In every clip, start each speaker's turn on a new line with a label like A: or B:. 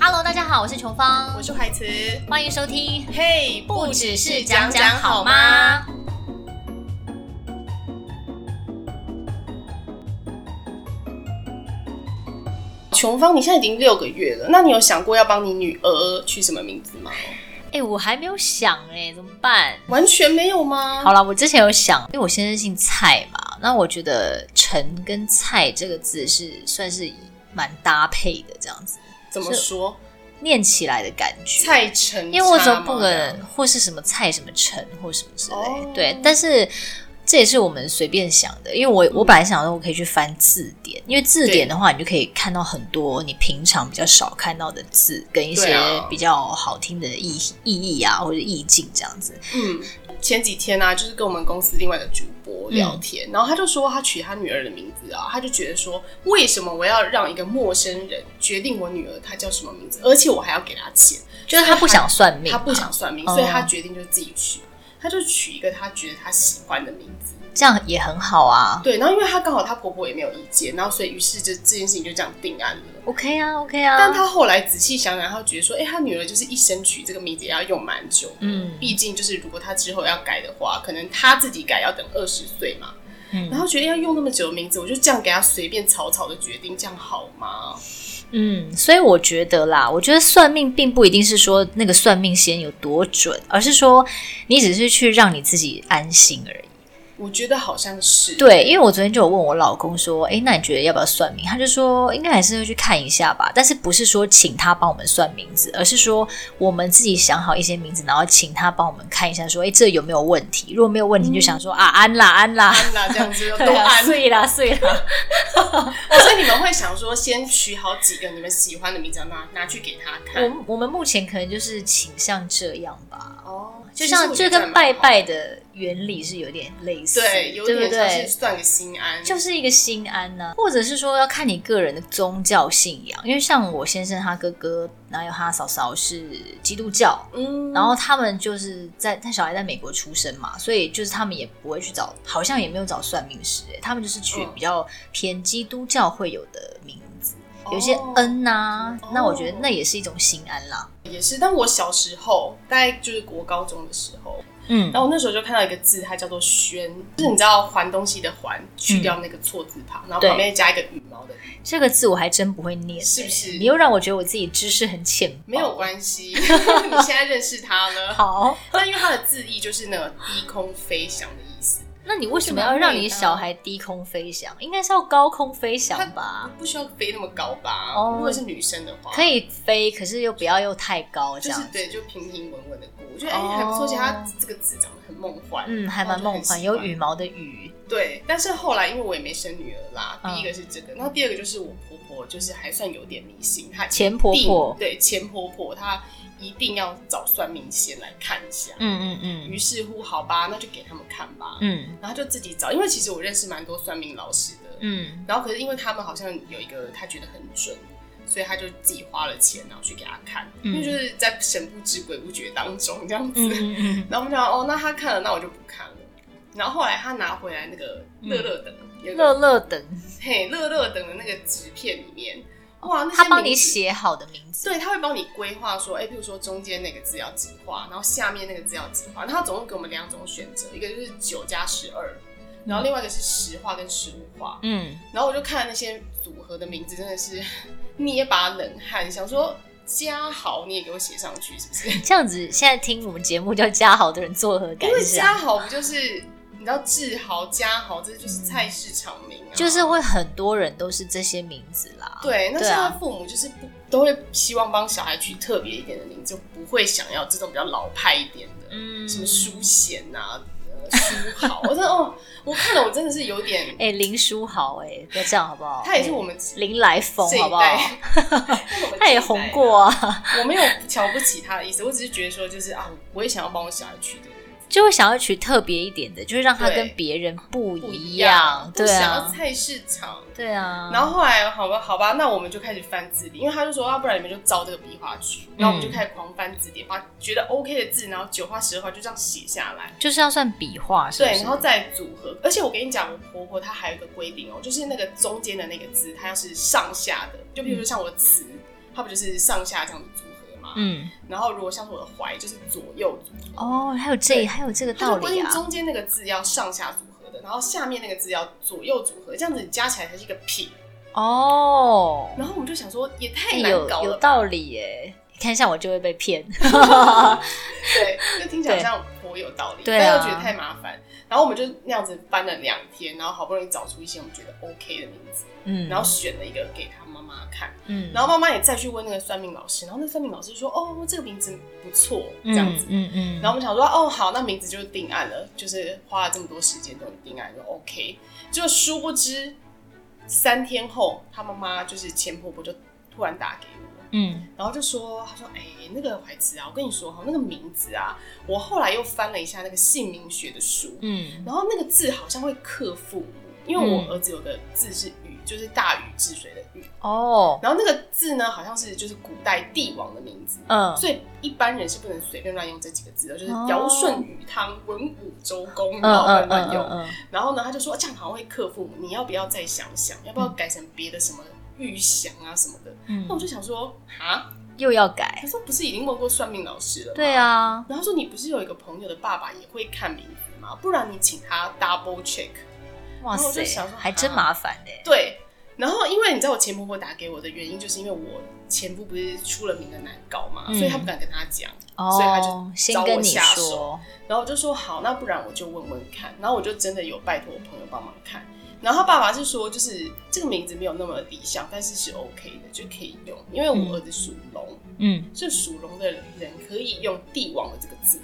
A: Hello，大家好，我是琼芳，
B: 我是怀慈。
A: 欢迎收听，
B: 嘿、
A: 不只是讲讲好吗？？
B: 琼芳，你现在已经六个月了，那你有想过要帮你女儿取什么名字吗？
A: 哎、我还没有想哎、怎么办？
B: 完全没有吗？
A: 好啦，我之前有想，因为我先生姓蔡嘛，那我觉得“陈”跟“蔡”这个字是算是蛮搭配的，这样子
B: 怎么说？
A: 念起来的感觉。
B: 蔡成，
A: 因为我怎么不可能或是什么菜什么陈或什么之类，
B: 哦
A: 对，但是。这也是我们随便想的，因为
B: 嗯
A: 我我本来想说我可以去翻字典，因为字典的话，你就可以看到很多你平常比较少看到的字，跟一
B: 对
A: 些
B: 啊
A: 比较好听的意意义啊，或者意境这样子。
B: 嗯，前几天啊，就是跟我们公司另外的主播聊
A: 嗯
B: 天，然后他就说他取他女儿的名字啊，他就觉得说，为什么我要让一个陌生人决定我女儿她叫什么名字，而且我还要给她钱？
A: 就是他不想算命嘛，
B: 他不想算命，
A: 哦
B: 所以他决定就是自己取，他就取一个他觉得他喜欢的名字。
A: 这样也很好啊。
B: 对，然后因为他刚好他婆婆也没有意见，然后所以于是就这件事情就这样定案了。
A: OK 啊，OK 啊。
B: 但他后来仔细想想，他觉得说，哎、他女儿就是一生取这个名字也要用蛮久，
A: 嗯
B: 毕竟就是如果他之后要改的话，可能他自己改要等二十岁嘛。然
A: 嗯
B: 后觉得要用那么久的名字，我就这样给他随便草草的决定，这样好吗？
A: 嗯，所以我觉得啦，我觉得算命并不一定是说那个算命先有多准，而是说你只是去让你自己安心而已。
B: 我觉得好像是
A: 对，因为我昨天就有问我老公说，诶，那你觉得要不要算命？他就说应该还是会去看一下吧，但是不是说请他帮我们算名字，而是说我们自己想好一些名字，然后请他帮我们看一下说，诶，哎这有没有问题？如果没有问题，就想说、啊，安啦安啦，
B: 安啦，这样子 都
A: 对啊，
B: 安
A: 碎啦碎啦，
B: 哦，所以你们会想说，先取好几个你们喜欢的名字，拿拿去给他
A: 我
B: 看。
A: 们我们目前可能就是倾向这样吧，
B: 哦，
A: 就像
B: 这
A: 就跟拜拜的原理是有点类似，
B: 对，有
A: 不
B: 点像
A: 对
B: 是？算个心安，
A: 就是一个心安呐、或者是说要看你个人的宗教信仰，因为像我先生他哥哥，然后有他嫂嫂是基督教，
B: 嗯
A: 然后他们就是在他小孩在美国出生嘛，所以就是他们也不会去找，好像也没有找算命师、欸，他们就是取
B: 嗯
A: 比较偏基督教会有的名字，有一些恩呐、
B: 哦
A: 那我觉得那也是一种心安啦。
B: 哦也是。但我小时候，大概就是国高中的时候，
A: 嗯
B: 然后我那时候就看到一个字，它叫做“轩”，就是你知道还东西的“还”，去掉那个错字旁，然后
A: 对
B: 旁边加一个羽毛的羽，
A: 这个字我还真不会念、
B: 是不是
A: 你又让我觉得我自己知识很浅薄，
B: 没有关 系。你现在认识它了，
A: 好。
B: 但因为它的字义就是那个低空飞翔的意思，
A: 那你为什么要让你小孩低空飞翔？应该是要高空飞翔吧？
B: 不需要飞那么高吧？
A: 哦
B: 如果是女生的话，
A: 可以飞，可是又不要又太高，这
B: 就
A: 样
B: 是
A: 子。
B: 对，就平平稳稳的过，我觉得哎、
A: 哦
B: 还不错，而且它这个字长得很梦幻，
A: 嗯，还蛮梦幻，
B: 然
A: 有
B: 后就很喜欢
A: 羽毛的羽。
B: 对。但是后来因为我也没生女儿啦，
A: 嗯
B: 第一个是这个，然后第二个就是我婆婆，就是还算有点迷信，她一定
A: 钱婆婆
B: 对钱婆婆，她一定要找算命先来看一下。
A: 嗯嗯
B: 于
A: 嗯
B: 是乎，好吧，那就给他们看吧。
A: 嗯
B: 然后她就自己找，因为其实我认识蛮多算命老师的，
A: 嗯，
B: 然后可是因为他们好像有一个他觉得很准，所以他就自己花了钱然后去给他看，
A: 嗯
B: 因为就是在神不知鬼不觉当中这样子。
A: 嗯嗯嗯
B: 然后我们就想哦，那他看了，那我就不看了。然后后来他拿回来那个乐乐等，有一
A: 嗯，
B: 个
A: 乐乐等，
B: 嘿乐乐等的那个纸片里面，哇，那些
A: 他帮你
B: 名字。
A: 写好的名字。
B: 对，他会帮你规划说，哎，譬如说中间那个字要几画，然后下面那个字要几画，然后他总共给我们两种选择，一个就是九加十二，然后另外一个是十画跟十五画。
A: 嗯，
B: 然后我就看那些组合的名字，真的是 捏把冷汗，想说嘉豪你也给我写上去，是不是？
A: 这样子现在听我们节目叫嘉豪的人作何感
B: 因为
A: 想？
B: 嘉豪不就是你知道志豪、嘉豪，这就是菜市场名啊，
A: 嗯就是会很多人都是这些名字啦。
B: 对。那
A: 对
B: 现在
A: 啊
B: 父母就是不都会希望帮小孩取特别一点的名字，不会想要这种比较老派一点的，
A: 嗯
B: 什么淑贤啊、呃书豪，我真的哦，我看了我真的是有点，
A: 哎、林书豪、哎，不要这样好不好？
B: 他也是我们
A: 哎林来疯
B: 这
A: 好
B: 一
A: 不 好？
B: 代，是我们
A: 他也
B: 这一
A: 红
B: 代
A: 过啊。
B: 我没有瞧不起他的意思，我只是觉得说，就是啊，我也想要帮我小孩取的
A: 就会想要取特别一点的，就是让他
B: 对
A: 跟别人不
B: 不
A: 一
B: 一
A: 样
B: 样，，
A: 对
B: 我想要
A: 啊，
B: 菜市场。
A: 对啊。
B: 然后后来好吧，好吧，那我们就开始翻字典，因为他就说，啊要不然你们就照这个笔画去，然
A: 嗯
B: 后我们就开始狂翻字典，把觉得 OK 的字，然后九画十画就这样写下来，
A: 就是要算笔画，是不
B: 对，
A: 是
B: 然后再组合。而且我跟你讲，我婆婆她还有一个规定哦，就是那个中间的那个字，它要是上下的，就比如说像我的词，它不就是上下这样子组合嘛？
A: 嗯嗯，
B: 然后如果像是我的怀，就是左右组合。
A: 哦，还有这
B: 对
A: 还有这个
B: 它
A: 道
B: 就规
A: 理
B: 定
A: 啊，
B: 中间那个字要上下组合的，然后下面那个字要左右组合，这样子加起来才是一个品。
A: 哦，
B: 然后我们就想说，也太
A: 哎
B: 难
A: 有
B: 搞
A: 有
B: 了吧，
A: 道理耶。你看，像我就会被 骗，
B: 对，就听起来好像颇有道理，
A: 对
B: 但
A: 啊
B: 又觉得太麻烦。然后我们就那样子翻了两天，然后好不容易找出一些我们觉得 OK 的名字，
A: 嗯，
B: 然后选了一个给他妈妈看，
A: 嗯，
B: 然后妈妈也再去问那个算命老师，然后那算命老师说，哦，这个名字不错，这
A: 嗯
B: 样子。
A: 嗯嗯，
B: 然后我们想说，哦，好，那名字就定案了，就是花了这么多时间终于定案，就 OK。就殊不知，三天后，他妈妈就是前婆婆就突然打给我，
A: 嗯
B: 然后就说，她说，哎、那个怀慈啊，我跟你说哈，那个名字啊，我后来又翻了一下那个姓名学的书，
A: 嗯
B: 然后那个字好像会克父母，因为我
A: 嗯
B: 儿子有个字是禹，就是大禹治水的禹，
A: 哦，
B: 然后那个字呢，好像是就是古代帝王的名字，
A: 嗯
B: 所以一般人是不能随便乱用这几个字的，就是尧舜禹汤文武周公，
A: 哦嗯
B: 然
A: 嗯
B: 后乱
A: 嗯
B: 乱用。
A: 嗯
B: 然后呢，他就说这样好像会克父母，你要不要再想想，要不要改成别的什么玉祥啊什么的？
A: 嗯
B: 那
A: 嗯，
B: 我就想说啊，
A: 又要改，
B: 他说不是已经问过算命老师了？
A: 对。啊，
B: 然后说你不是有一个朋友的爸爸也会看名字吗？不然你请他 double check。
A: 哇
B: 然后我就
A: 塞
B: 想，说
A: 还真
B: 啊
A: 麻烦呢。
B: 对，然后因为你知道我前婆婆打给我的原因，就是因为我前夫不是出了名的难搞嘛，
A: 嗯
B: 所以她不敢跟他讲。所以他就
A: 哦，先
B: 找
A: 跟
B: 我
A: 你
B: 下
A: 说
B: 手，然后我就说好，那不然我就问问看。然后我就真的有拜托我朋友帮忙看。然后他爸爸是说，就是这个名字没有那么理想，但是是 OK 的，就可以用。因为我儿子属龙，
A: 嗯，
B: 所以属龙的人可以用帝王的这个字。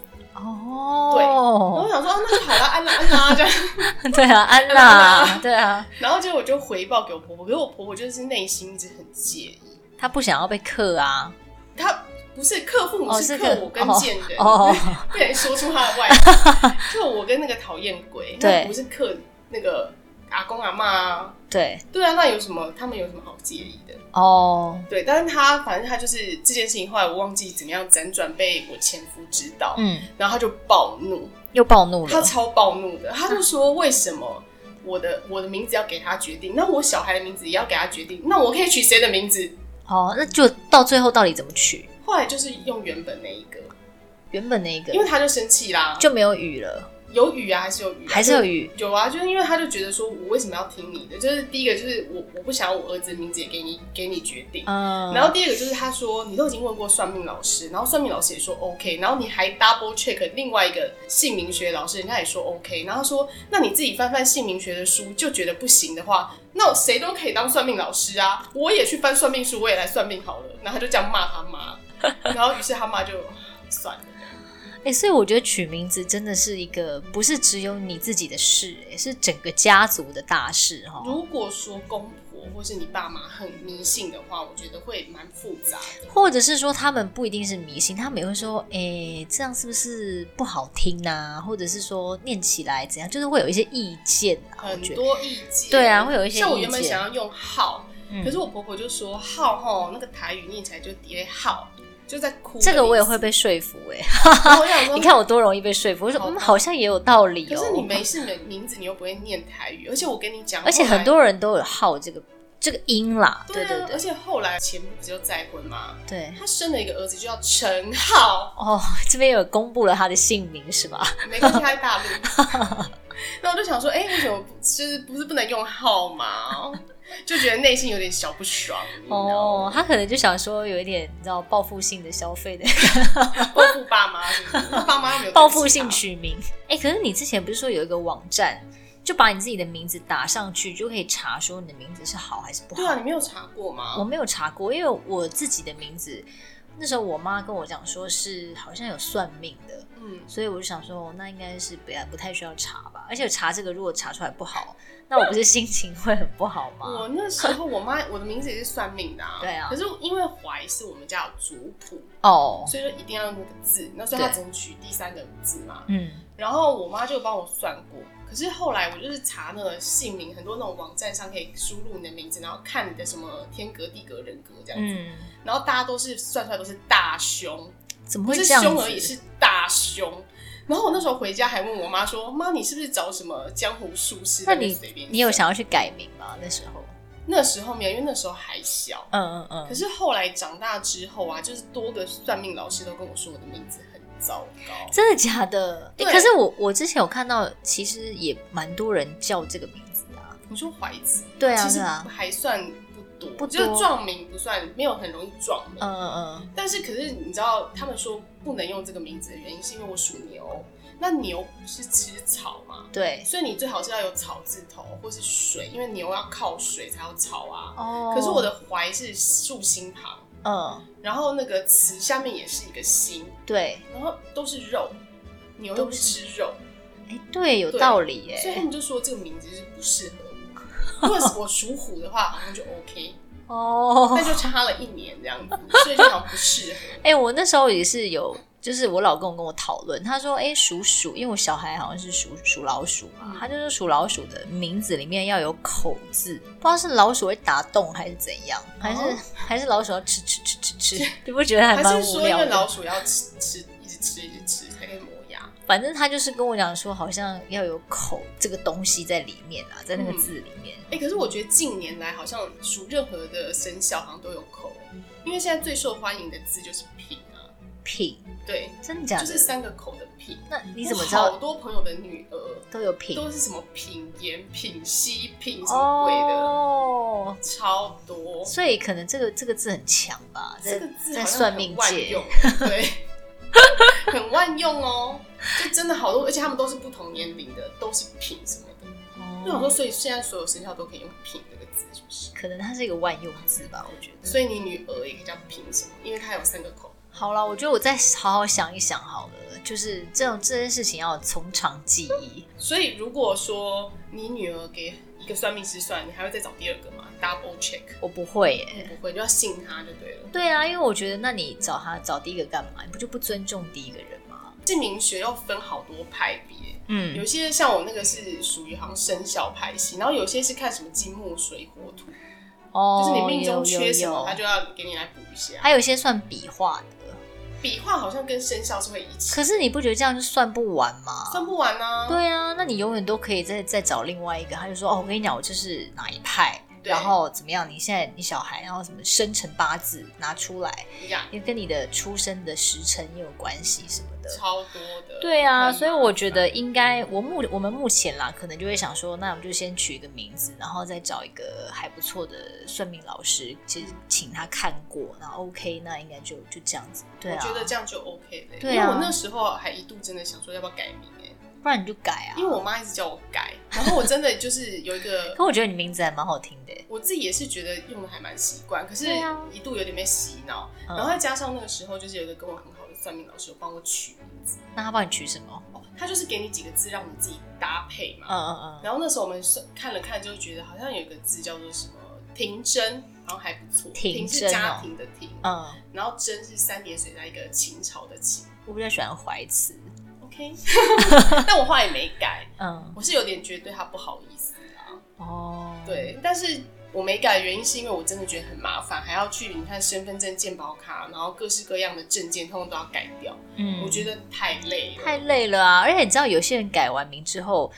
B: 然后
A: 哦
B: 我，想说，哦那就好了，安啦安啦这样。
A: 对啊，安娜，对啊，
B: 然后结果我就回报给我婆婆，可是我婆婆就是内心一直很介意，
A: 他不想要被克啊，
B: 她不是克父母，
A: 哦
B: 是
A: 是克
B: 克我跟
A: 哦
B: 贱人。
A: 哦，
B: 不小心说出他的 外表，就我跟那个讨厌鬼，
A: 对
B: 那不是克那个阿公阿妈啊，
A: 对，
B: 对啊，那有什么他们有什么好介意的？
A: 哦，
B: 对，但是他反正他就是这件事情，后来我忘记怎么样辗转被我前夫知道，
A: 嗯，
B: 然后他就暴怒，
A: 又暴怒
B: 他
A: 了，
B: 超暴怒的，
A: 嗯
B: 他就说为什么？我的我的名字要给他决定，那我小孩的名字也要给他决定，那我可以取谁的名字？
A: 哦，那就到最后到底怎么取？
B: 后来就是用原本那一个，
A: 原本那一个
B: 因为他就生气啦，
A: 就没有雨了，
B: 有雨啊，还是有雨、啊，
A: 还是有雨，
B: 有啊，就是因为他就觉得说，我为什么要听你的？就是第一个就是我我不想要我儿子的名字也给你给你决定。
A: 嗯，
B: 然后第二个就是他说你都已经问过算命老师，然后算命老师也说 OK，然后你还 double check 另外一个姓名学老师，人家也说 OK，然后说那你自己翻翻姓名学的书就觉得不行的话，那谁都可以当算命老师啊，我也去翻算命书，我也来算命好了。然后他就这样骂他 妈，然后于是他妈就算了。
A: 哎、所以我觉得取名字真的是一个不是只有你自己的事、哎，是整个家族的大事哦。
B: 如果说公婆或是你爸妈很迷信的话，我觉得会蛮复杂的。
A: 或者是说他们不一定是迷信，他们也会说，哎、这样是不是不好听呐、或者是说念起来怎样，就是会有一些意见啊。我
B: 很
A: 觉得，
B: 多意见，
A: 对啊会有一些
B: 像我原
A: 意
B: 本
A: 见
B: 想要用“号”，
A: 嗯
B: 可是我婆婆就说“号”吼，那个台语念起来就叠“号”，就在哭。
A: 这个我也会，被说服哎、
B: 然后 我想说，
A: 你看我多容易被说服，我说
B: 好吧
A: 嗯，好像也有道理
B: 可
A: 哦。
B: 是你没事名名字，你又不会念台语，而且我跟你讲，
A: 而且
B: 后来
A: 很多人都有好这个这个音啦，
B: 对
A: 对对
B: 啊，而
A: 对
B: 且后来前夫不就再婚嘛，
A: 对。
B: 他生了一个儿子就叫陈浩，
A: 哦， 这边有公布了他的姓名是吧？
B: 没关系，他在大 陆。那我就想说，哎、为什么不就是不是不能用号码？就觉得内心有点小不爽。你知道
A: 哦，，他可能就想说有一点你知道报复性的消费的
B: 报复爸妈是不是？他爸妈又没有
A: 报复性
B: 去。
A: 取名。哎、可是你之前不是说有一个网站，就把你自己的名字打上去，就可以查说你的名字是好还是不好？
B: 对啊，你没有查过
A: 我
B: 吗？
A: 没有查过，因为我自己的名字，那时候我妈跟我讲说是好像有算命的，
B: 嗯，
A: 所以我就想说那应该是不要不太需要查吧。而且查这个如果查出来不 好，那我不是心情会很不好吗？
B: 我那时候我妈我的名字也是算命的啊。
A: 对啊
B: 可是因为怀是我们家有族谱，
A: 哦，
B: 所以就一定要用那个字，那所以他
A: 对
B: 只能取第三个字嘛。
A: 嗯
B: 然后我妈就帮我算过，可是后来我就是查那个姓名，很多那种网站上可以输入你的名字，然后看你的什么天格、地格、人格这样子。
A: 嗯，
B: 然后大家都是算出来都是大胸，
A: 怎么
B: 不
A: 会
B: 是
A: 这样
B: 胸而已，
A: 子？
B: 是大胸。然后我那时候回家还问我妈说：“妈，你是不是找什么江湖术士？”
A: 那
B: 在边
A: 你
B: 随便算
A: 你有想要去改名吗？那时候
B: 那时候没有，因为那时候还小。
A: 嗯嗯嗯
B: 可。是后来长大之后啊，就是多个算命老师都跟我说我的名字很糟糕。
A: 真的假的？欸
B: 对
A: 可是我我之前有看到，其实也蛮多人叫这个名字的啊。
B: 你说怀子，
A: 对啊，
B: 其实
A: 对啊，
B: 还算不多，
A: 不多
B: 就是撞名不算，没有很容易撞名。
A: 嗯嗯
B: 但是可是你知道，他们说不能用这个名字的原因，是因为我属牛，那牛不是吃草嘛
A: 嗯，，对。
B: 所以你最好是要有草字头或是水，因为牛要靠水才有草啊。
A: 哦
B: 可是我的怀是竖心旁，
A: 嗯，
B: 然后那个词下面也是一个心，
A: 对，
B: 然后都是肉，牛又不吃肉，
A: 哎，对，有
B: 对
A: 道理
B: 所以
A: 耶。
B: 他们就说这个名字是不适 合我。如果是我属虎的话，好像就 OK，
A: 哦
B: 那，就差了一年这样子，所以就好像不适合。
A: 哎，我那时候也是有，就是我老公跟我讨论，他说，哎，属鼠，因为我小孩好像是属属老鼠嘛
B: 嗯，
A: 他就说属老鼠的名字里面要有口字，不知道是老鼠会打洞还是怎样，还是
B: 哦
A: 还是老鼠要吃吃吃吃 吃，你不觉得还
B: 还
A: 蛮
B: 是
A: 无
B: 说，因
A: 聊
B: 为
A: 的？
B: 老鼠要吃吃，一直吃，一直吃才可以磨牙？
A: 反正他就是跟我讲说，好像要有口这个东西在里面啊，在那个
B: 嗯
A: 字里面。
B: 哎、可是我觉得近年来好像属任何的生肖好像都有口，因为现在最受欢迎的字就是品啊，
A: 品，
B: 对，
A: 真的假
B: 就
A: 的？
B: 是三个口的品。
A: 那你怎么知
B: 我好
A: 道
B: 多朋友的女儿
A: 都有品？
B: 都是什么品言、品析、品什么鬼的，
A: 哦，
B: 超多。
A: 所以可能这个这个字很强吧，在
B: 这个字
A: 在
B: 好像
A: 算
B: 很
A: 命
B: 万
A: 界
B: 用，对，很万用哦。就真的好多，而且他们都是不同年龄的，都是品什么的。那我说，
A: 哦，
B: 所以现在所有生肖都可以用“品”这个字，是不是？
A: 可能它是一个万用字吧，我觉得。
B: 所以你女儿也可以叫“品”什么，因为它有三个口。
A: 好了，我觉得我再好好想一想好了，就是这种这件事情要从长计议。
B: 所以如果说你女儿给一个算命师算，你还会再找第二个吗？Double check，
A: 我不会耶、
B: 不会，你就要信他就对了。
A: 对啊，因为我觉得，那你找他找第一个干嘛？你不就不尊重第一个人吗？
B: 姓名学又分好多派别，
A: 嗯
B: 有些像我那个是属于好像生肖派系，然后有些是看什么金木水火土，
A: 哦，
B: 就是你命中缺什
A: 有
B: 么，
A: 有
B: 他就要给你来补一下。
A: 还有一些算笔画的，
B: 笔画好像跟生肖是会一起，
A: 可是你不觉得这样就算不完吗？
B: 算不完啊。
A: 对啊，那你永远都可以再再找另外一个。他就说哦，我跟你讲，我就是哪一派，
B: 对
A: 然后怎么样？你现在你小孩，然后什么生辰八字拿出来，
B: 一样，
A: 也跟你的出生的时辰也有关系什么的。
B: 超多的。
A: 对啊，
B: 很嗯
A: 所以我觉得应该，我目我们目前啦，可能就会想说，那我们就先取一个名字，然后再找一个还不错的算命老师，其实请他看过，然后 OK，那应该就就这样子。对
B: 我
A: 啊
B: 觉，得这样就 OK 了、欸
A: 对啊
B: 因为我那时候还一度真的想说要不要改名、欸，
A: 不然你就改啊。
B: 因为我妈一直叫我改，然后我真的就是有 一个
A: 可，我觉得你名字还蛮好听的欸。
B: 我自己也是觉得用的还蛮习惯，可是
A: 对啊
B: 一度有点被洗脑，
A: 嗯
B: 然后再加上那个时候就是有一个跟我很好的算命老师有帮我取名字，
A: 那他帮你取什么？
B: 哦，他就是给你几个字让你自己搭配嘛，
A: 嗯嗯嗯，
B: 然后那时候我们算看了看，就觉得好像有一个字叫做什么停真，好像还不错，
A: 停
B: 停是
A: 真
B: 家
A: 哦
B: 庭的停，
A: 嗯，
B: 然后真是三点水加一个秦朝的秦。
A: 我比较喜欢怀慈。
B: OK，但我话也没改，
A: 嗯，
B: 我是有点觉得对他不好意思啊。
A: 哦，，
B: 对，但是我没改的原因是因为我真的觉得很麻烦，还要去你看身份证、健保卡，然后各式各样的证件，通通都要改掉，
A: 嗯
B: 我觉得太累了。
A: 太累了啊！而且你知道，有些人改完名之后，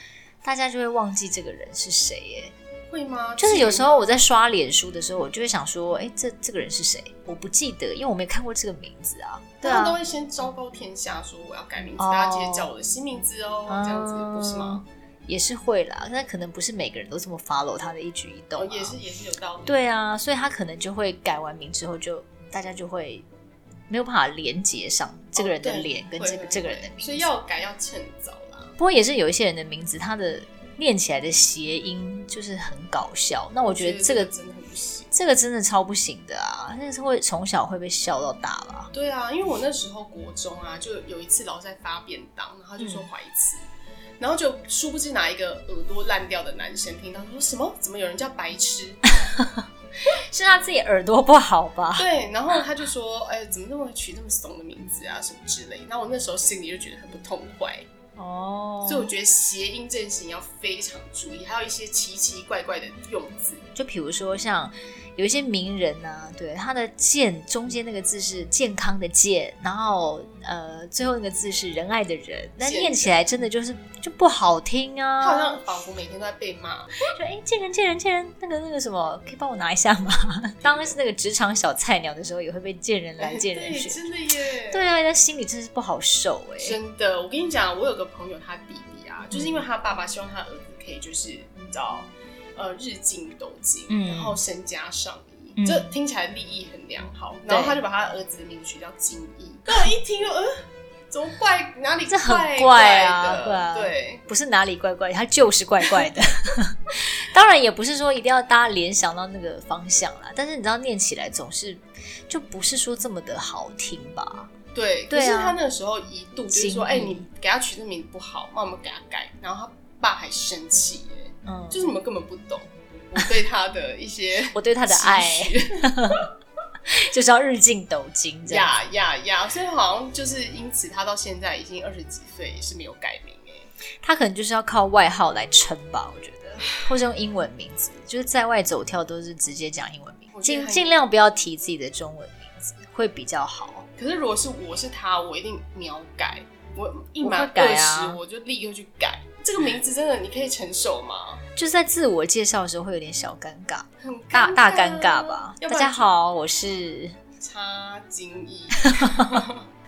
A: 大家就会忘记这个人是谁耶。
B: 会吗？
A: 就是有时候我在刷脸书的时候，我就会想说，哎、这这个人是谁？我不记得，因为我没看过这个名字啊。对
B: 他们都
A: 啊，
B: 会先昭告天下说我要改名字，
A: 哦
B: 大家直接叫我的新名字哦，这样子不是吗？
A: 啊也是会啦，但可能不是每个人都这么 follow 他的一举一动、
B: 哦
A: 啊。，
B: 也是也是有道理。
A: 对啊，所以他可能就会改完名之后就，大家就会没有办法连接上这个人的
B: 哦对
A: 脸跟
B: 会
A: 这个、
B: 会
A: 这个人
B: 会
A: 的名字。
B: 所以要改要趁早啦。
A: 不过也是有一些人的名字，他的念起来的谐音就是很搞笑。那我觉得这个
B: 真的很不行。
A: 这个真的超不行的啊，那是会从小会被笑到大吧？
B: 对啊，因为我那时候国中啊，就有一次老师在发便当，然后就说怀慈，
A: 嗯
B: 然后就殊不知哪一个耳朵烂掉的男生听到说什么，怎么有人叫白 痴？
A: 是他自己耳朵不好吧？
B: 对，然后他就说，哎、怎么那么取那么怂的名字啊，什么之类。然后我那时候心里就觉得很不痛快，
A: 哦，
B: 所以我觉得谐音这件事情要非常注意，还有一些奇奇怪怪的用字，
A: 就比如说像有一些名人啊，对他的健中间那个字是健康的健，然后呃最后那个字是仁爱的人，那
B: 健
A: 念起来真的就是就不好听
B: 他好
A: 啊，
B: 像仿佛每天都在被骂，
A: 就哎见人见人见人，那个那个什么，可以帮我拿一下吗？ 当是那个职场小菜鸟的时候，也会被见人来见人
B: 哎对，
A: 去。
B: 真的耶，
A: 对啊，那心里真是不好受哎、
B: 真的，我跟你讲，我有个朋友，他弟弟
A: 嗯
B: 啊，就是因为他爸爸希望他儿子可以，就是你知道，呃，日进斗金，
A: 嗯
B: 然后身家上亿，
A: 嗯
B: 这听起来利益很良好。然后
A: 对
B: 他就把他儿子的名字取叫金毅。那我一听就，呃，怎么怪哪里
A: 嗯这很
B: 怪
A: 怪啊
B: 的
A: 对啊
B: 对，
A: 不是哪里怪怪，它就是怪怪的。 当然也不是说一定要大家联想到那个方向啦，但是你知道念起来总是就不是说这么的好听吧？
B: 对，
A: 对啊
B: 可是他那个时候一度就是
A: 经
B: 说，哎、
A: 历
B: 你给他取这名字不好，那我们给他改。然后他爸还生气耶，
A: 嗯，
B: 就是你们根本不懂我对他的一些
A: 我对他的爱
B: 期许
A: 就是要日进斗金这样。
B: 呀呀呀！所以好像就是因此，他到现在已经二十几岁，也是没有改名哎、
A: 他可能就是要靠外号来撑吧，我觉得，或是用英文名字，就是在外走跳都是直接讲英文名，
B: 我觉得
A: 尽
B: 很
A: 尽量不要提自己的中文名字会比较好。
B: 可是如果是我是他，我一定秒改，我一
A: 我
B: 满
A: 会改
B: 二
A: 啊
B: 十我就立刻去改。这个名字真的你可以承受 吗？
A: 就是在自我介绍的时候会有点小尴尬，
B: 很尴
A: 大
B: 尬啊
A: 大尴尬吧。
B: 要
A: 大
B: 不然
A: 家好，我是
B: 就，差金翼。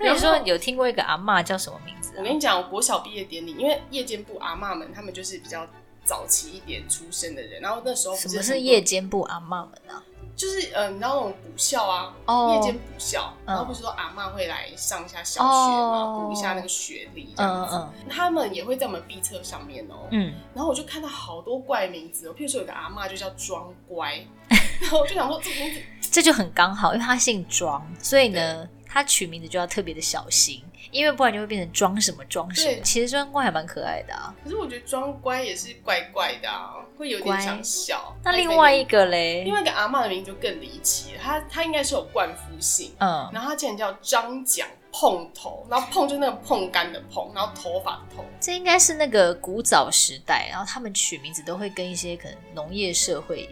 A: 那你
B: 然
A: 说
B: 后
A: 有听过一个阿嬷叫什么名字、
B: 我
A: 啊？
B: 跟你讲，我国小毕业典礼，因为夜间部阿嬷们，他们就是比较早期一点出生的人，然后那时候不
A: 什
B: 是
A: 么
B: 很
A: 是
B: 多
A: 夜间部阿嬷们啊？
B: 就是呃，你知道那种补校啊，
A: 哦嗯
B: 夜间补校，然后不是说阿嬷会来上一下小学嘛，
A: 哦
B: 补、一下那个学历这
A: 嗯
B: 样子。
A: 嗯
B: 他们也会在我们 B 册上面哦、
A: 嗯，
B: 然后我就看到好多怪名字、哦，譬如说有个阿嬷就叫庄乖， 然后我就想说这个名字
A: 这就很刚好，因为他姓庄，所以呢，他取名字就要特别的小心，因为不然就会变成庄什么庄什
B: 对
A: 么。其实庄官还蛮可爱的啊。
B: 可是我觉得庄乖也是怪怪的啊，会有点
A: 乖
B: 想笑。
A: 那
B: 但是
A: 另外一
B: 个
A: 个嘞，
B: 另外一个阿嬷的名字就更离奇了，她她应该是有冠夫姓，
A: 嗯，
B: 然后她竟然叫张奖碰头，然后碰就是那个碰干的碰，然后头发的头。
A: 这应该是那个古早时代，然后他们取名字都会跟一些可能农业社会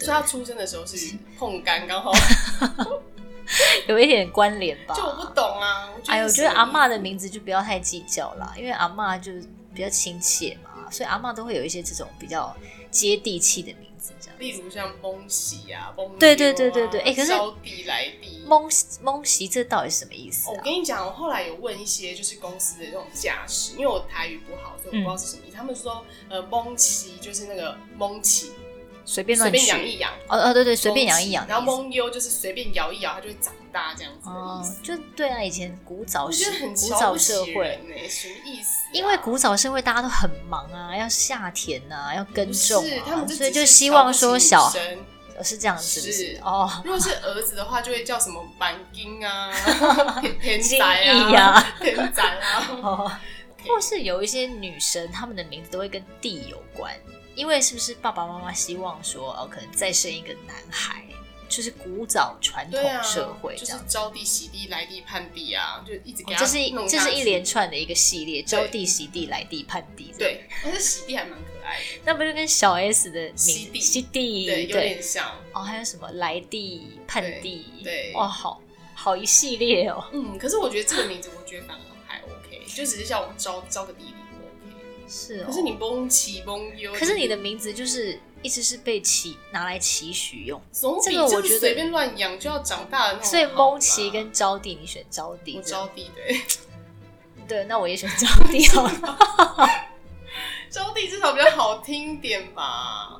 B: 所以他出生的时候是碰干，刚好
A: 有一点关联吧。
B: 就我不懂啊。我
A: 哎，我觉得阿嬷
B: 嬷
A: 的名字就不要太计较啦，因为阿嬷就比较亲切嘛，所以阿嬷都会有一些这种比较接地气的名字，这样。
B: 例如像蒙喜啊，蒙牛啊
A: 对对对对对哎可是
B: 招娣来娣。
A: 蒙啊蒙席这到底是什么意思
B: 哦我
A: 啊？
B: 跟你讲，我后来有问一些就是公司的这种驾驶，因为我台语不好，所以我
A: 嗯
B: 不知道是什么意思。他们说呃蒙奇就是那个蒙奇，
A: 随便
B: 随
A: 乱
B: 便养
A: 取。
B: 一养，
A: 哦哦，对对，随便养一养
B: 蒙奇然后
A: 的意思。
B: 蒙优就是随便摇一摇，它就会长大这样子的
A: 哦
B: 意思。，
A: 就对啊，以前古早
B: 我觉
A: 时
B: 得很
A: 古
B: 瞧
A: 早
B: 不
A: 社
B: 起
A: 会，
B: 人呢，什么意思啊？
A: 因为古早社会大家都很忙啊，要下田啊，要耕
B: 不
A: 种
B: 是他
A: 啊，
B: 们就
A: 所以
B: 只
A: 就是希
B: 瞧
A: 望
B: 不起
A: 说
B: 女
A: 小
B: 生
A: 呃是这样子，是不
B: 是
A: 是？哦，
B: 如果是儿子的话，就会叫什么板金啊、 天天
A: 金
B: 仔啊、
A: 翼 啊
B: 天仔啊。
A: 哦， 或是有一些女生，她们的名字都会跟地有关，因为是不是爸爸妈妈希望说，哦，可能再生一个男孩，就是古早传统
B: 对啊，
A: 社会
B: 就
A: 这
B: 是
A: 样。
B: 招地、洗地、来地、盼地啊，就一直给
A: 哦
B: 他
A: 这是一
B: 弄
A: 这
B: 下
A: 是
B: 去
A: 一连串的一个系列，招地、席地、来地、盼地。，
B: 对，但是洗地还蛮可爱的，
A: 那不就跟小 S 的名
B: 席地
A: 席地
B: 对，有点像。
A: 哦，还有什么来地、盼地？
B: 对对
A: 哇，好好一系列哦。
B: 嗯，可是我觉得这个名字，我觉得反而还 OK，就只是叫我招招个地理我 OK。
A: 是哦，
B: 可是你蒙起蒙优，
A: 可是你的名字就是一直是被期拿来期许用。
B: 总比
A: 这个我
B: 就是
A: 觉得
B: 随便乱养就要长大的哦那种好吧。
A: 所以蒙奇跟招娣，你选招娣
B: 我
A: 这样，
B: 招地对。
A: 对，那我也选招 娣好了。
B: 招娣至少比较好听点吧，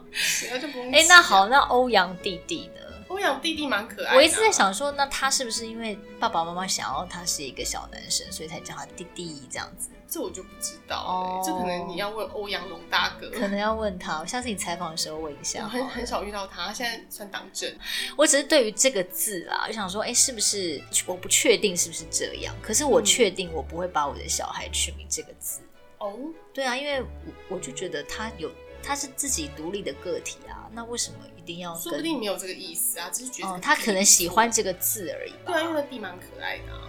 B: 然后就不用
A: 哎、那好，，那欧阳弟弟呢？
B: 欧阳弟弟蛮可爱的啊。
A: 我一直在想说，那他是不是因为爸爸妈妈想要他是一个小男生，所以才叫他弟弟这样子？
B: 这我就不知道
A: 哦
B: 了、这可能你要问欧阳龙大哥，
A: 可能要问他，我下次你采访的时候问一
B: 我
A: 下。
B: 嗯很很少遇到他，他现在算党政。
A: 我只是对于这个字啦，就想说，哎、是不是我不确定是不是这样？可是我
B: 嗯
A: 确定我不会把我的小孩取名这个字。
B: 哦，
A: 对啊，因为我我就觉得他有他是自己独立的个体啊，那为什么一定要
B: 说
A: 跟
B: 不定没有这个意思啊，只是觉得、
A: 哦，他可能喜欢。这个字而已
B: 对啊，因
A: 吧。
B: 为他弟蛮可爱的、啊，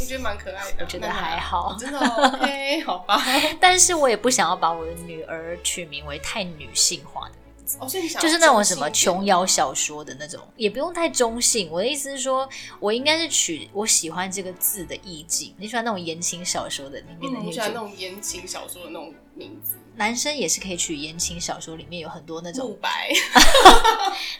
B: 我觉得蛮可爱的啊、
A: 我觉得
B: 那
A: 还好，
B: 真的哦 OK，好吧。
A: 但是我也不想要把我的女儿取名为太女性化的名子。
B: 哦，所以你想
A: 就是那种什么
B: 琼
A: 琼瑶小说的那种，也不用太中性。我的意思是说，我应该是取我喜欢这个字的意境。你喜欢那种言情小说的里面的
B: 嗯，
A: 女主
B: 我喜欢那种言情小说的那种名字，
A: 男生也是可以取言情小说里面有很多那
B: 慕
A: 种，
B: 白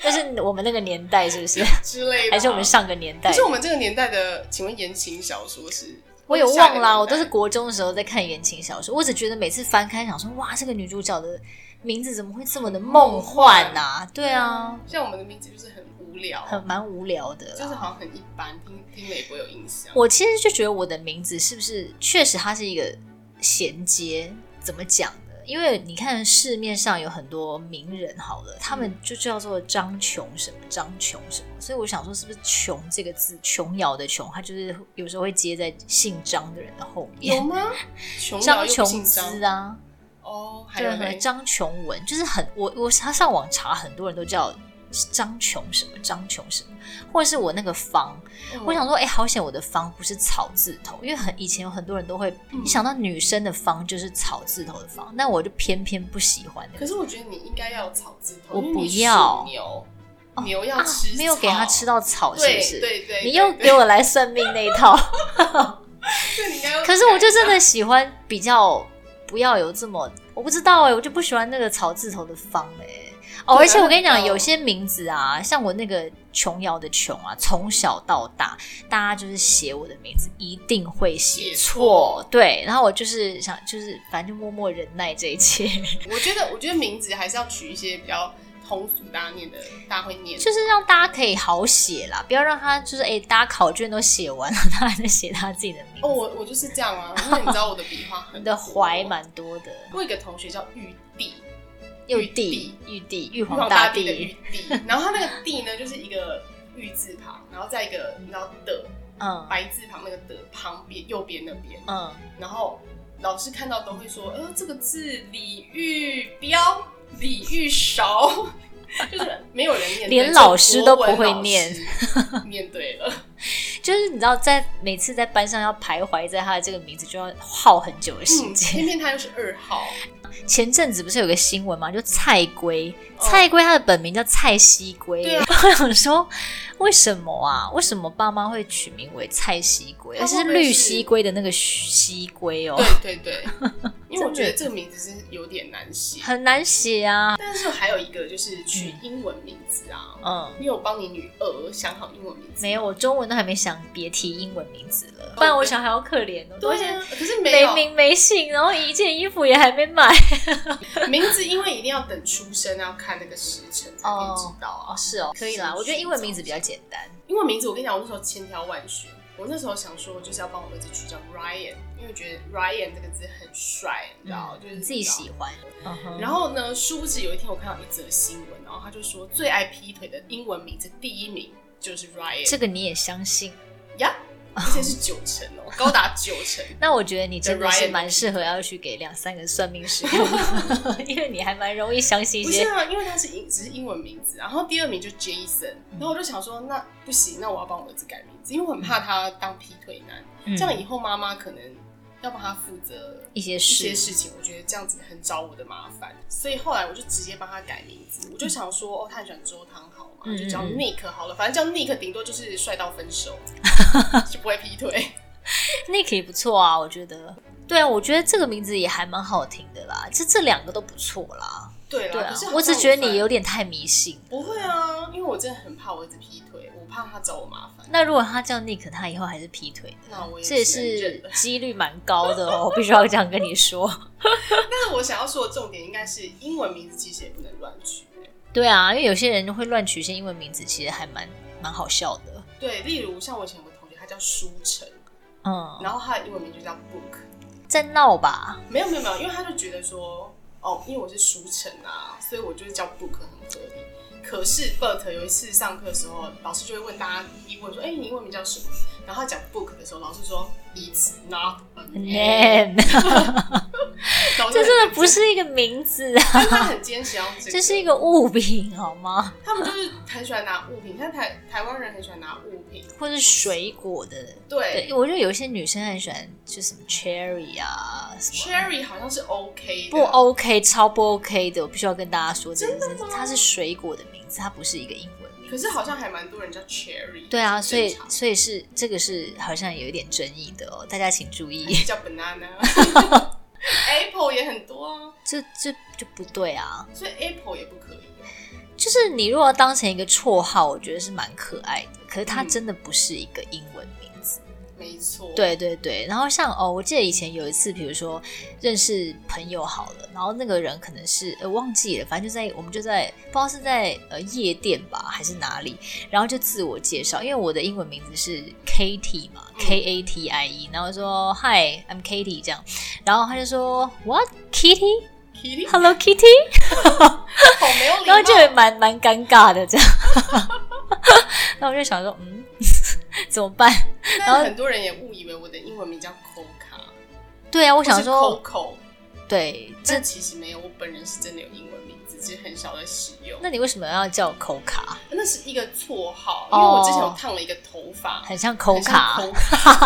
A: 但是我们那个年代是不 是？
B: 之类的啊，
A: 还是我们上个年代
B: 可是？我们这个年代的，请问言情小说是？
A: 我也
B: 下个
A: 忘啦，
B: 年
A: 我都
B: 代
A: 是国中的时候在看言情小说，我只觉得每次翻开想说，哇，这个女主角的名字怎么会这么的梦幻
B: 嗯
A: 啊？对啊，，
B: 像我们的名字就是很无聊，
A: 很蛮无聊的
B: 就是
A: 啦。
B: 好像很一般，听听了也不会有印象。
A: 我其实就觉得我的名字是不是确实它是一个衔接？怎么讲呢？因为你看市面上有很多名人，好了，他们就叫做张琼什么张琼什么，所以我想说是不是“琼”这个字，琼瑶的“琼”，它就是有时候会接在姓张的人的后
B: 有
A: 面，
B: 吗？琼瑶
A: 张
B: 又不
A: 琼
B: 姓
A: 之
B: 张
A: 啊，
B: 哦，还有
A: 对，和
B: 嘞，
A: 张琼文就是很我我他上网查，很多人都叫张琼什么张琼什么，或者是我那个方，
B: 嗯
A: 我想说，哎、好险我的方不是草字头，因为很以前有很多人都会，
B: 嗯
A: 一想到女生的方就是草字头的方，那我就偏偏不喜欢那
B: 可
A: 个
B: 是我觉得你应该要草字头，
A: 我
B: 因为你
A: 不要
B: 属牛，
A: 哦
B: 牛要
A: 啊
B: 吃，
A: 没有给他吃到
B: 到，
A: 草是不
B: 对
A: 是？
B: 对对，
A: 你又
B: 对
A: 给我来算命那一套，
B: 对你应该要
A: 可是我就真的喜欢比较不要有这么，我不知道哎、我就不喜欢那个草字头的方哎、哦，
B: 对啊嗯
A: 而且我跟你
B: 它
A: 讲，
B: 很高
A: 有些名字啊，像我那个琼瑶的琼啊，从小到大，大家就是写我的名字一定会写
B: 写
A: 错，对。然后我就是想，就是反正就默默忍耐这一切，
B: 我觉得，我觉得名字还是要取一些比较通俗大家念的，大家会念的。
A: 就是让大家可以好写啦，不要让他就是哎、大家考卷都写完了，他还在写他自己的名字，
B: 哦，我我就是这样啊，因为你知道我的笔画很
A: 你的
B: 多
A: 怀。蛮多的，
B: 我有一个同学叫玉帝，
A: 玉帝
B: 玉帝、
A: 玉帝、玉
B: 玉
A: 皇
B: 皇
A: 哦大
B: 大帝的
A: 帝
B: 玉，帝， 然后他那个帝呢，就是一个玉字旁，然后再一个你知道的
A: 嗯
B: 白字旁那个的旁边右边那边，
A: 嗯。
B: 然后老师看到都会说，呃，这个字李玉标、李玉韶， 就是没有人念对，
A: 连
B: 只有
A: 老师都不会
B: 国文老师
A: 念，
B: 念对了。
A: 就是你知道，在每次在班上要徘徊在他的这个名字，就要耗很久的时
B: 嗯，
A: 间。
B: 偏偏他又是二 号，
A: 前阵子不是有个新闻嘛，就蔡圭，
B: 哦
A: 蔡圭他的本名叫蔡西圭。
B: 对啊
A: 我想说，为什么啊？为什么爸妈会取名为蔡西圭，
B: 他
A: 而且
B: 会
A: 是
B: 不会
A: 绿
B: 是
A: 西龟的那个西龟哦，
B: 对对对，因为我觉得这个名字是有点难写。
A: 很难写啊。
B: 但是还有一个就是取英文名字啊，
A: 嗯，
B: 你有帮你女儿想好英文名字吗
A: 没有，我中文都还没想，别提英文名字了，不然我小孩好可怜哦。
B: 对啊，可是没
A: 没
B: 有
A: 名没姓，然后一件衣服也还没买。
B: 名字，因为一定要等出生，要看那个时辰才可以知道啊。
A: 哦，是哦，可以啦。我觉得英文名字比较简单。
B: 英文名字我跟你讲，我那时候千挑万选，我那时候想说就是要帮我儿子取叫 Ryan，因为觉得 Ryan 这个字很帅，你知道，就是
A: 你自己喜
B: 欢。
A: 欢。然
B: 然
A: 后
B: 后呢，殊不知有一天我看到一则新闻，然后他就说最爱劈腿的英文名字第一名就是 Ryan，
A: 这个你也相信？
B: 呀，而且是九成哦，高达九成。
A: 那我觉得你真的是蛮适合要去给两三个算命师 用 的，因为你还蛮容易相信一
B: 不是
A: 些。
B: 啊，因为他是英只是英文名字，然后第二名就 Jason，然
A: 嗯
B: 后我就想说，那不行，那我要帮我儿子改名字，因为我很怕他当劈腿男，
A: 嗯
B: 这样以后妈妈可能要帮他负责
A: 一些
B: 一些
A: 事，
B: 事情，我觉得这样子很找我的麻烦，所以后来我就直接帮他改名字，我就想说，哦，他很喜欢周汤豪嘛，
A: 嗯
B: 就叫
A: 嗯嗯
B: Nick 好了，反正叫 Nick 顶多就是帅到分 手，就不会劈腿。
A: 那可以不错啊，我觉得。对啊，我觉得这个名字也还蛮好听的啦，这这两个都不错啦。
B: 对啦，
A: 对啊
B: 可是，
A: 我只觉得
B: 好像
A: 你有点太迷信。
B: 不会啊，因为我真的很怕我儿子劈腿，我怕他找我麻烦。
A: 那如果他叫 Nick，他以后还是劈腿的，
B: 那我也
A: 这也
B: 只能
A: 是
B: 忍了
A: 几率蛮高的哦，我必须要这样跟你说。
B: 但是我想要说的重点应该是英文名字其实也不能乱取。欸
A: 对啊，因为有些人会乱取一些英文名字，其实还蛮蛮好笑的。
B: 对，例如像我以前有个同学，他叫舒晨，
A: 嗯，
B: 然后他的英文名就叫 Book。
A: 在闹吧，
B: 没有没有没有，因为他就觉得说，哦，因为我是舒晨啊，所以我就是叫 Book 很合理。可是 But 有一次上课的时候，老师就会问大家一一问说，哎、你英文名叫什么？然哎后他讲 Book 的时候，老师说 It's not a name。
A: name，
B: 老师
A: 这真的不是一个名字啊，
B: 但是他很坚持要这
A: 这是一
B: 个，
A: 个物品好吗？
B: 他们就是很喜欢拿物品，像台台湾人很喜欢拿物品，
A: 或是水果的，
B: 对
A: 对，我觉得有一些女生很喜欢，就什么 cherry 啊，什么
B: cherry 好像是 OK 的
A: 不哦 OK，超不 OK 的，我必须要跟大家说这件事
B: 真的吗
A: 它是水果的名字，它不是一个英文名。
B: 可是好像还蛮多人叫 cherry，
A: 对啊，所以
B: 正常
A: 所以是这个是好像有一点争议的哦，大家请注
B: 还
A: 意，
B: 是叫 banana，apple 也很多啊，
A: 这这就不对啊。
B: 所以 apple 也不可以。
A: 就是你如果当成一个绰号，我觉得是蛮可爱的，可是它
B: 嗯
A: 真的不是一个英文名字。
B: 没错，，
A: 对对对，然后像哦，我记得以前有一次，比如说认识朋友好了，然后那个人可能是呃忘记了，反正就在我们就在不知道是在呃夜店吧还是哪里，然后就自我介绍，因为我的英文名字是 Katie 嘛
B: 嗯
A: ，K A T I E，然后说 Hi，I'm Katie 这样，然后他就说 What Kitty？Hello
B: Kitty
A: Kitty？
B: 好没有礼貌，
A: 然后就也蛮蛮尴尬的 这样，然后我就想说嗯 怎么办？
B: 但
A: 然后
B: 很多人也误以为我的英文名叫 Coca，
A: 对啊，我
B: 我
A: 想说
B: Coco，
A: 对这
B: 但其实没有，我本人是真的有英文名字，只是很少在使用。
A: 那你为什么要叫口卡？
B: 那是一个绰号，因
A: 哦
B: 为我之前有烫了一个头发，
A: 很像口
B: 很像
A: 卡，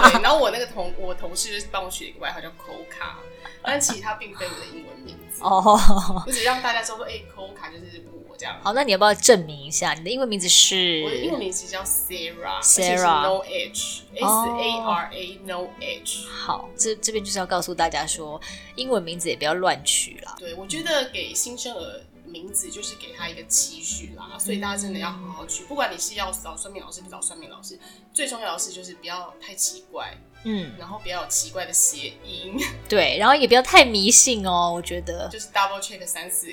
B: Coca，对，然后我那个同我同事就是帮我取了一个外号叫 Coca，但其实它并非我的英文名字，
A: 哦。
B: 我只让大家知道说，哎、c o c a 就是我这样。
A: 好，那你要不要证明一下你的英文名字是
B: 我的英文名字叫 Sarah，
A: Sarah
B: 而且是 No H S
A: 哦
B: A R A No H。
A: 好？这这边就是要告诉大家说，英文名字也不要乱取啦。
B: 对，我觉得给新生儿名字就是给他一个期许啦，所以大家真的要好好取，不管你是要找算命老师不找算命老师，最重要的是就是不要太奇怪，
A: 嗯，
B: 然后不要有奇怪的谐音，
A: 对，然后也不要太迷信哦。我觉得
B: 就是 double check 三四个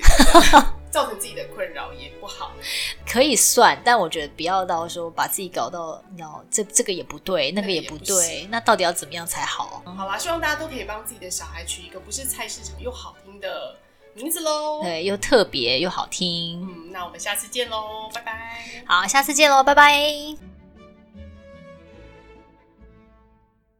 B: 这样，造成自己的困扰也不好。
A: 可以算，但我觉得不要到说把自己搞到，你知道这这个也不对，那个
B: 那个
A: 也
B: 也
A: 不
B: 不
A: 对，那到底要怎么样才好？
B: 好啦，希望大家都可以帮自己的小孩取一个不是菜市场又好听的名字喽。
A: 对，又特别又好听。
B: 嗯，那我们下次见喽，拜拜。
A: 好，下次见喽，拜拜。